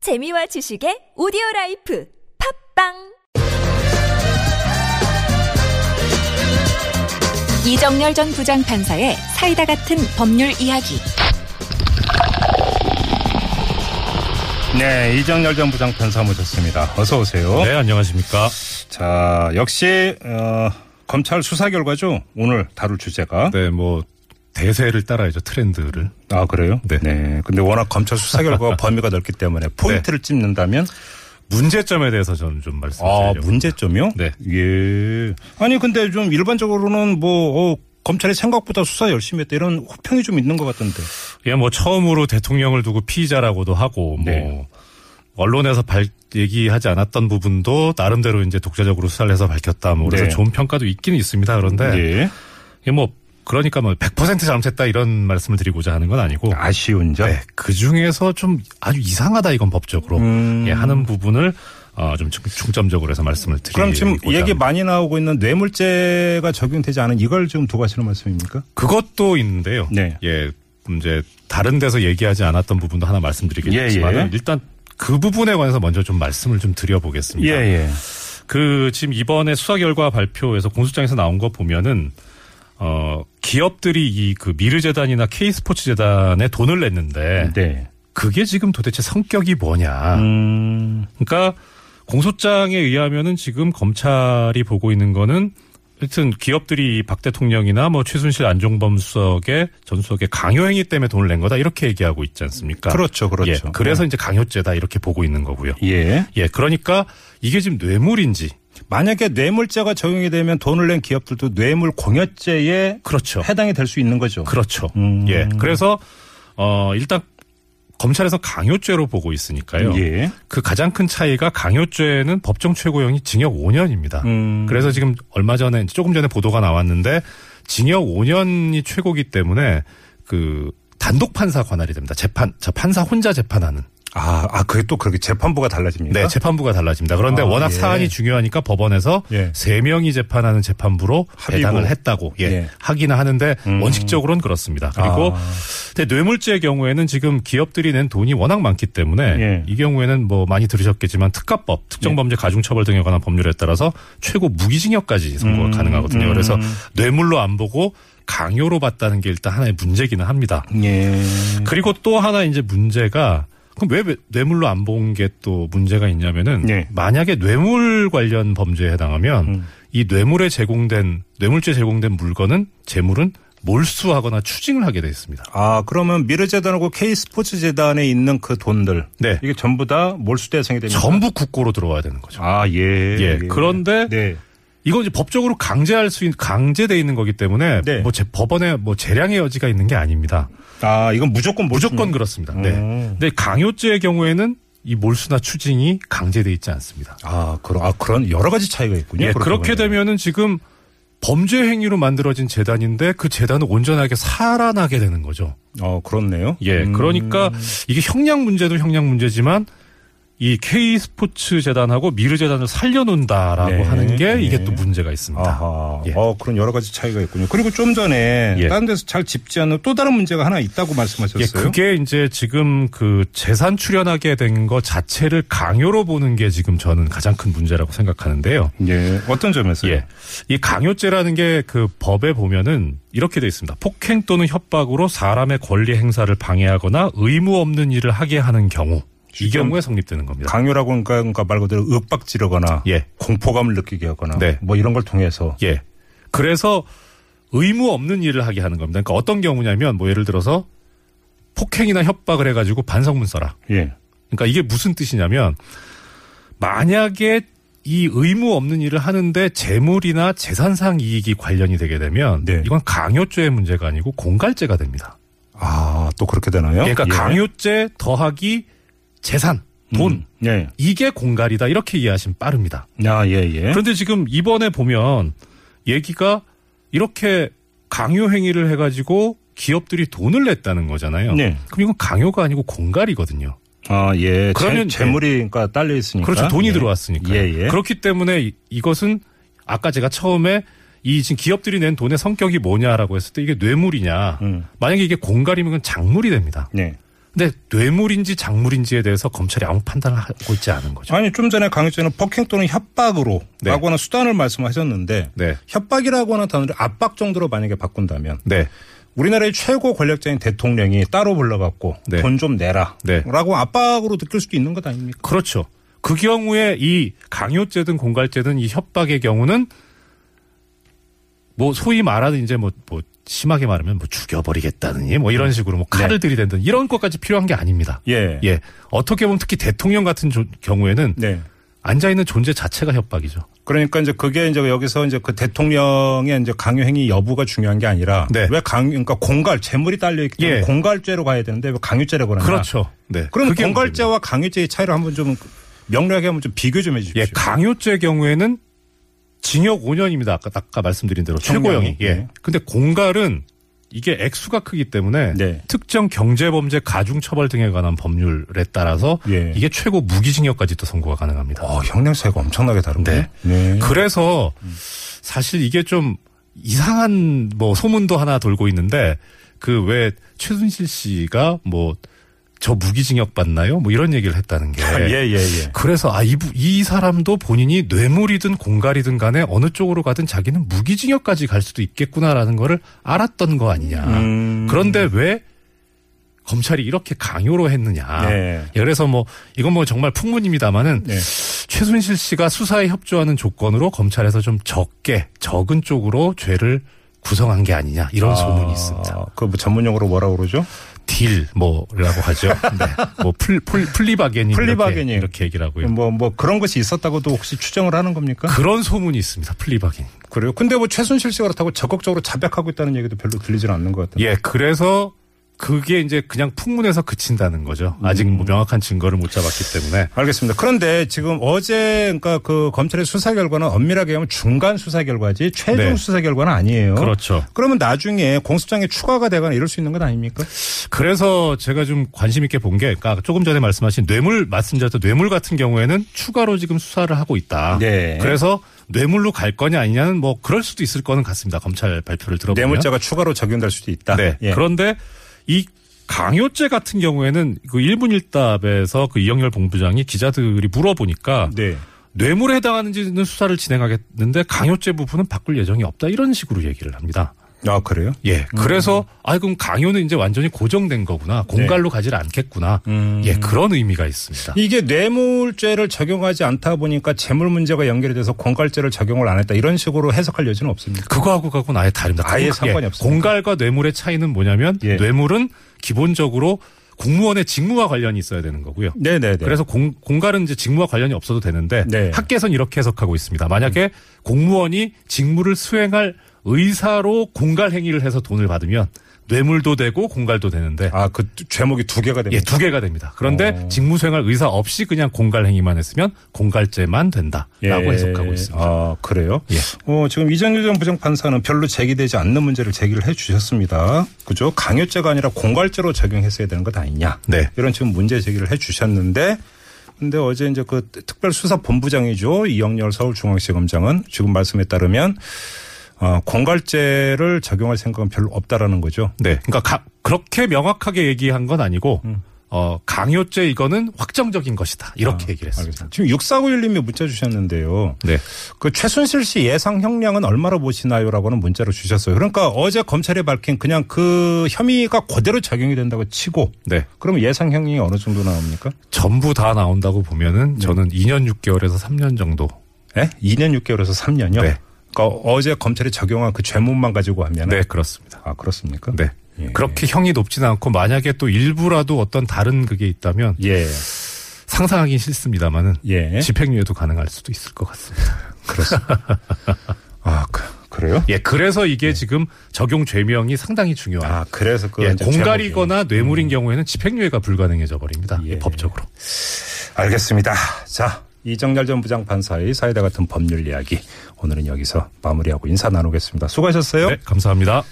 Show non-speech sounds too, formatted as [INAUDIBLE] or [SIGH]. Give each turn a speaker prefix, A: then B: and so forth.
A: 재미와 지식의 오디오 라이프 팝빵
B: 이정열 전 부장판사의 사이다 같은 법률 이야기.
C: 네, 이정열 전 부장판사 모셨습니다. 어서 오세요.
D: 네, 안녕하십니까.
C: 자, 역시 어, 검찰 수사 결과죠. 오늘 다룰 주제가.
D: 네, 뭐, 대세를 따라야죠, 트렌드를.
C: 아, 그래요?
D: 네.
C: 근데 워낙 검찰 수사 [LAUGHS] 결과가 범위가 넓기 때문에 포인트를 찝는다면
D: 문제점에 대해서 저는 좀
C: 아,
D: 말씀드리려고.
C: 문제점이요?
D: 네.
C: 예. 아니, 근데 좀 일반적으로는 뭐 어, 검찰이 생각보다 수사 열심히 했다 이런 호평이 좀 있는 것 같던데.
D: 예, 뭐, 처음으로 대통령을 두고 피의자라고도 하고, 뭐,
C: 네.
D: 언론에서 발, 얘기하지 않았던 부분도 나름대로 이제 독자적으로 수사를 해서 밝혔다. 뭐, 그래서
C: 네.
D: 좋은 평가도 있긴 있습니다. 그런데,
C: 예.
D: 이게 뭐, 그러니까 뭐, 100% 잘못했다 이런 말씀을 드리고자 하는 건 아니고,
C: 아쉬운 점.
D: 네, 그 중에서 좀 아주 이상하다 이건 법적으로
C: 음.
D: 예, 하는 부분을 어, 좀 중- 중점적으로 해서 말씀을 드리고
C: 그럼 지금 얘기 많이 나오고 있는 뇌물죄가 적용되지 않은 이걸 지금 두고 하시는 말씀입니까?
D: 그것도 있는데요.
C: 네.
D: 예, 이제 다른 데서 얘기하지 않았던 부분도 하나 말씀드리겠지만
C: 예, 예.
D: 일단 그 부분에 관해서 먼저 좀 말씀을 좀 드려보겠습니다.
C: 예.
D: 그 지금 이번에 수사 결과 발표에서 공수장에서 나온 거 보면은 어 기업들이 이 그 미르 재단이나 K 스포츠 재단에 돈을 냈는데
C: 네.
D: 그게 지금 도대체 성격이 뭐냐?
C: 음.
D: 그러니까 공소장에 의하면은 지금 검찰이 보고 있는 거는 하여튼 기업들이 박 대통령이나 뭐 최순실 안종범 수석의 전수석의 강요행위 때문에 돈을 낸 거다 이렇게 얘기하고 있지 않습니까?
C: 그렇죠, 그렇죠.
D: 예, 그래서 이제 강요죄다 이렇게 보고 있는 거고요.
C: 예.
D: 예, 그러니까 이게 지금 뇌물인지
C: 만약에 뇌물죄가 적용이 되면 돈을 낸 기업들도 뇌물 공여죄에
D: 그렇죠.
C: 해당이 될 수 있는 거죠.
D: 그렇죠.
C: 음.
D: 예, 그래서 어 일단 검찰에서 강요죄로 보고 있으니까요.
C: 예.
D: 그 가장 큰 차이가 강요죄는 법정 최고형이 징역 5년입니다.
C: 음.
D: 그래서 지금 얼마 전에 조금 전에 보도가 나왔는데 징역 5년이 최고기 때문에 그 단독 판사 관할이 됩니다. 재판 저 판사 혼자 재판하는
C: 아, 아, 그게 또 그렇게 재판부가 달라집니까?
D: 네 재판부가 달라집니다. 그런데
C: 아,
D: 워낙
C: 예.
D: 사안이 중요하니까 법원에서
C: 예.
D: 세 명이 재판하는 재판부로
C: 합의고.
D: 배당을 했다고 예,
C: 예. 아.
D: 하기는 하는데 원칙적으로는 그렇습니다. 그리고 근데 뇌물죄의 경우에는 지금 기업들이 낸 돈이 워낙 많기 때문에
C: 예.
D: 이 경우에는 뭐 많이 들으셨겠지만 특가법, 특정범죄 가중처벌 등에 관한 법률에 따라서 최고 무기징역까지
C: 음.
D: 선고가 가능하거든요. 그래서 뇌물로 안 보고 강요로 봤다는 게 일단 하나의 문제기는 합니다.
C: 예.
D: 음. 그리고 또 하나 이제 문제가 그럼 왜 뇌- 뇌물로 안 본 게 또 문제가 있냐면은
C: 예. 음.
D: 만약에 뇌물 관련 범죄에 해당하면 이 뇌물에 제공된 뇌물죄 제공된 물건은 재물은 몰수하거나 추징을 하게 돼 있습니다.
C: 아, 그러면 미르재단하고 K스포츠재단에 있는 그 돈들.
D: 네.
C: 이게 전부 다 몰수 대상이 됩니다.
D: 전부 국고로 들어와야 되는 거죠.
C: 아, 예.
D: 예. 그런데
C: 네.
D: 이건 이제 법적으로 강제할 수 있는 강제돼 있는 거기 때문에
C: 네.
D: 뭐 제, 법원에 뭐 재량의 여지가 있는 게 아닙니다.
C: 아, 이건 무조건 몰수.
D: 무조건 그렇습니다. 네.
C: 음.
D: 근데 강요죄의 경우에는 이 몰수나 추징이 강제돼 있지 않습니다.
C: 아, 그런 아, 그런 여러 가지 차이가 있군요.
D: 예,
C: 그렇게
D: 그렇게
C: 보면은.
D: 되면은 지금 범죄 행위로 만들어진 재단인데 그 재단은 온전하게 살아나게 되는 거죠.
C: 어, 그렇네요.
D: 예,
C: 음.
D: 그러니까 이게 형량 문제도 형량 문제지만 이 K 스포츠 재단하고 미르 재단을 살려놓는다라고
C: 네,
D: 하는 게 이게
C: 네.
D: 또 문제가 있습니다.
C: 아하.
D: 예.
C: 어, 그런 여러 가지 차이가 있군요. 그리고 좀 전에
D: 예.
C: 다른 데서 잘 짚지 않는 또 다른 문제가 하나 있다고
D: 예,
C: 말씀하셨어요.
D: 그게 이제 지금 그 재산 출연하게 된 거 자체를 강요로 보는 게 지금 저는 가장 큰 문제라고 생각하는데요.
C: 예. 어떤 점에서요?
D: 예. 이 강요죄라는 게 그 법에 보면은 이렇게 돼 있습니다. 폭행 또는 협박으로 사람의 권리 행사를 방해하거나 의무 없는 일을 하게 하는 경우. 이
C: 지금
D: 경우에 성립되는 겁니다.
C: 강요라고 하니까 그러니까 말 그대로 윽박 지르거나
D: 예.
C: 공포감을 느끼게 하거나
D: 네.
C: 뭐 이런 걸 통해서
D: 예. 그래서 의무 없는 일을 하게 하는 겁니다. 그러니까 어떤 경우냐면 뭐 예를 들어서 폭행이나 협박을 해가지고 반성문 써라.
C: 예.
D: 그러니까 이게 무슨 뜻이냐면 만약에 이 의무 없는 일을 하는데 재물이나 재산상 이익이 관련이 되게 되면
C: 네.
D: 이건 강요죄의 문제가 아니고 공갈죄가 됩니다.
C: 아, 또 그렇게 되나요?
D: 그러니까
C: 예.
D: 강요죄 더하기 재산, 돈
C: 음. 예.
D: 이게 공갈이다 이렇게 이해하시면 빠릅니다.
C: 아, 예, 예.
D: 그런데 지금 이번에 보면 얘기가 이렇게 강요 행위를 해가지고 기업들이 돈을 냈다는 거잖아요.
C: 네.
D: 그럼 이건 강요가 아니고 공갈이거든요.
C: 아, 예.
D: 그러면-
C: 재, 물이 그러니까 딸려 있으니까.
D: 그렇죠. 돈이
C: 예.
D: 들어왔으니까.
C: 예, 예.
D: 그렇기 때문에 이- 이것은 아까 제가 처음에 이 지금 기업들이 낸 돈의 성격이 뭐냐라고 했을 때 이게 뇌물이냐.
C: 음.
D: 만약에 이게 공갈이면 그건 작물이 됩니다.
C: 예.
D: 근데 뇌물인지 작물인지에 대해서 검찰이 아무 판단을 하고 있지 않은 거죠.
C: 아니 좀 전에 강의 씨는 폭행 또는 협박으로라고
D: 네.
C: 하는 수단을 말씀하셨는데
D: 네.
C: 협박이라고 하는 단어를 압박 정도로 만약에 바꾼다면
D: 네.
C: 우리나라의 최고 권력자인 대통령이 따로 불러갖고
D: 네.
C: 돈 좀 내라
D: 네.
C: 라고 압박으로 느낄 수도 있는 것 아닙니까?
D: 그렇죠. 그 경우에 이 강요죄든 공갈죄든 이 협박의 경우는 뭐 소위 말하는 이제 뭐, 뭐 심하게 말하면 뭐 죽여버리겠다느니 뭐
C: 네.
D: 이런 식으로 뭐 칼을 들이댄든 이런 것까지 필요한 게 아닙니다.
C: 예.
D: 예. 어떻게 보면 특히 대통령 같은 조- 경우에는
C: 네.
D: 앉아있는 존재 자체가 협박이죠.
C: 그러니까 이제 그게 이제 여기서 이제 그 대통령의 이제 강요행위 여부가 중요한 게 아니라
D: 네.
C: 왜 강, 그러니까 공갈, 재물이 딸려있기 때문에
D: 예.
C: 공갈죄로 가야 되는데 왜 강요죄라고 하나.
D: 그렇죠. 네.
C: 아. 그럼
D: 그게
C: 공갈죄와 강요죄의 차이를 한번 좀 명료하게 한번 좀 비교 좀 해주십시오.
D: 예, 강요죄 경우에는 징역 5년입니다. 아까, 아까 말씀드린 대로
C: 청량이.
D: 최고형이. 예.
C: 네.
D: 근데 공갈은 이게 액수가 크기 때문에
C: 네.
D: 특정 경제범죄 가중처벌 등에 관한 법률에 따라서
C: 예.
D: 이게 최고 무기징역까지도 선고가 가능합니다.
C: 어, 형량 차이가 엄청나게 다른데. 네.
D: 그래서 사실 이게 좀 이상한 뭐 소문도 하나 돌고 있는데 그 왜 최순실 씨가 뭐 저 무기징역 받나요? 뭐 이런 얘기를 했다는 게
C: 예, 예, 예.
D: 그래서 아, 이, 부- 이 사람도 본인이 뇌물이든 공갈이든 간에 어느 쪽으로 가든 자기는 무기징역까지 갈 수도 있겠구나라는 거를 알았던 거 아니냐.
C: 음.
D: 그런데 왜 검찰이 이렇게 강요로 했느냐.
C: 네.
D: 예, 그래서 뭐 이건 뭐 정말 풍문입니다만은
C: 네.
D: 최순실 씨가 수사에 협조하는 조건으로 검찰에서 좀 적게 적은 쪽으로 죄를 구성한 게 아니냐 이런 소문이 있습니다.
C: 아, 그뭐 전문 용어로 뭐라고 그러죠?
D: 딜 뭐라고 [LAUGHS] 하죠. 네. 뭐풀풀 플리바게닝
C: 플리바게닝.
D: 이렇게, 이렇게 얘기를 하고요. 음.
C: 뭐 뭐 그런 것이 있었다고도 혹시 추정을 하는 겁니까?
D: 그런 소문이 있습니다. 플리바긴.
C: 그래요. 근데 뭐 최순실 씨가 그렇다고 적극적으로 자백하고 있다는 얘기도 별로 들리질 않는 것 같은데.
D: 예, 그래서 그게 이제 그냥 풍문에서 그친다는 거죠. 아직 뭐 명확한 증거를 못 잡았기 때문에.
C: 알겠습니다. 그런데 지금 어제 그러니까 그 검찰의 수사 결과는 엄밀하게 하면 중간 수사 결과지 최종
D: 네.
C: 수사 결과는 아니에요.
D: 그렇죠.
C: 그러면 나중에 공소장에 추가가 되거나 이럴 수 있는 건 아닙니까?
D: 그래서 제가 좀 관심 있게 본 게, 그러니까 조금 전에 말씀하신 뇌물 말씀드렸던 뇌물 같은 경우에는 추가로 지금 수사를 하고 있다.
C: 네.
D: 그래서 뇌물로 갈 거냐 아니냐는 뭐 그럴 수도 있을 거는 같습니다. 검찰 발표를 들어보면.
C: 뇌물자가 추가로 적용될 수도 있다.
D: 네.
C: 예.
D: 그런데 이 강요죄 같은 경우에는 그 1분 1답에서 그 이영렬 본부장이 기자들이 물어보니까
C: 네.
D: 뇌물에 해당하는지는 수사를 진행하겠는데 강요죄 부분은 바꿀 예정이 없다 이런 식으로 얘기를 합니다.
C: 아 그래요?
D: 예, 그래서 아 그럼 강요는 이제 완전히 고정된 거구나
C: 네.
D: 공갈로 가질 않겠구나 예 그런 의미가 있습니다.
C: 음. 이게 뇌물죄를 적용하지 않다 보니까 재물 문제가 연결이 돼서 공갈죄를 적용을 안 했다 이런 식으로 해석할 여지는 없습니까?
D: 그거하고 가고는 아예 다릅니다.
C: 아예
D: 공-
C: 상관이
D: 예,
C: 없습니다.
D: 공갈과 뇌물의 차이는 뭐냐면
C: 예.
D: 뇌물은 기본적으로 공무원의 직무와 관련이 있어야 되는 거고요.
C: 네네네.
D: 그래서 공, 공갈은 이제 직무와 관련이 없어도 되는데
C: 네. 음.
D: 학계선 이렇게 해석하고 있습니다. 만약에 공무원이 직무를 수행할 의사로 공갈 행위를 해서 돈을 받으면 뇌물도 되고 공갈도 되는데
C: 아그 죄목이 두 개가 됩니다.
D: 예, 두 개가 됩니다. 그런데
C: 어.
D: 직무 수행할 의사 없이 그냥 공갈 행위만 했으면 공갈죄만 된다라고
C: 예.
D: 해석하고 있습니다.
C: 아, 그래요?
D: 예.
C: 어, 지금 이정규 전 부장판사는 별로 제기되지 않는 문제를 제기를 해 주셨습니다. 그죠? 강요죄가 아니라 공갈죄로 적용했어야 되는 것 아니냐.
D: 네.
C: 이런 지금 문제 제기를 해 주셨는데 근데 어제 이제 그 특별수사본부장이죠. 이영렬 서울중앙지검장은 지금 말씀에 따르면 어, 공갈죄를 적용할 생각은 별로 없다라는 거죠.
D: 네. 그러니까 가- 그렇게 명확하게 얘기한 건 아니고
C: 음.
D: 어, 강요죄 이거는 확정적인 것이다. 이렇게 얘기를
C: 아,
D: 했습니다.
C: 알겠습니다. 지금 6491님이 문자 주셨는데요.
D: 네.
C: 그 최순실 씨 예상 형량은 얼마로 보시나요라고는 문자를 주셨어요. 그러니까 어제 검찰이 밝힌 그냥 그 혐의가 그대로 적용이 된다고 치고
D: 네.
C: 그럼 예상 형량이 어느 정도 나옵니까?
D: 전부 다 나온다고
C: 네.
D: 보면은 저는 2년 6개월에서 3년 정도.
C: 예? 2년 6개월에서 3년요.
D: 네.
C: 그러니까 어제 검찰이 적용한 그 죄문만 가지고 하면
D: 네, 그렇습니다.
C: 아 그렇습니까?
D: 네.
C: 예.
D: 그렇게 형이 높진 않고 만약에 또 일부라도 어떤 다른 그게 있다면
C: 예.
D: 상상하긴 싫습니다만은
C: 예.
D: 집행유예도 가능할 수도 있을 것 같습니다.
C: 아 그, 그래요?
D: 예, 그래서 이게 지금 적용 죄명이 상당히 중요한.
C: 아 그래서 그
D: 예,
C: 이제 제목이.
D: 공갈이거나 뇌물인 경우에는 집행유예가 불가능해져 버립니다.
C: 예.
D: 예, 법적으로.
C: 알겠습니다. 자, 이정렬 전 부장판사의 사이다 같은 법률 이야기 오늘은 여기서 마무리하고 인사 나누겠습니다. 수고하셨어요.
D: 네, 감사합니다.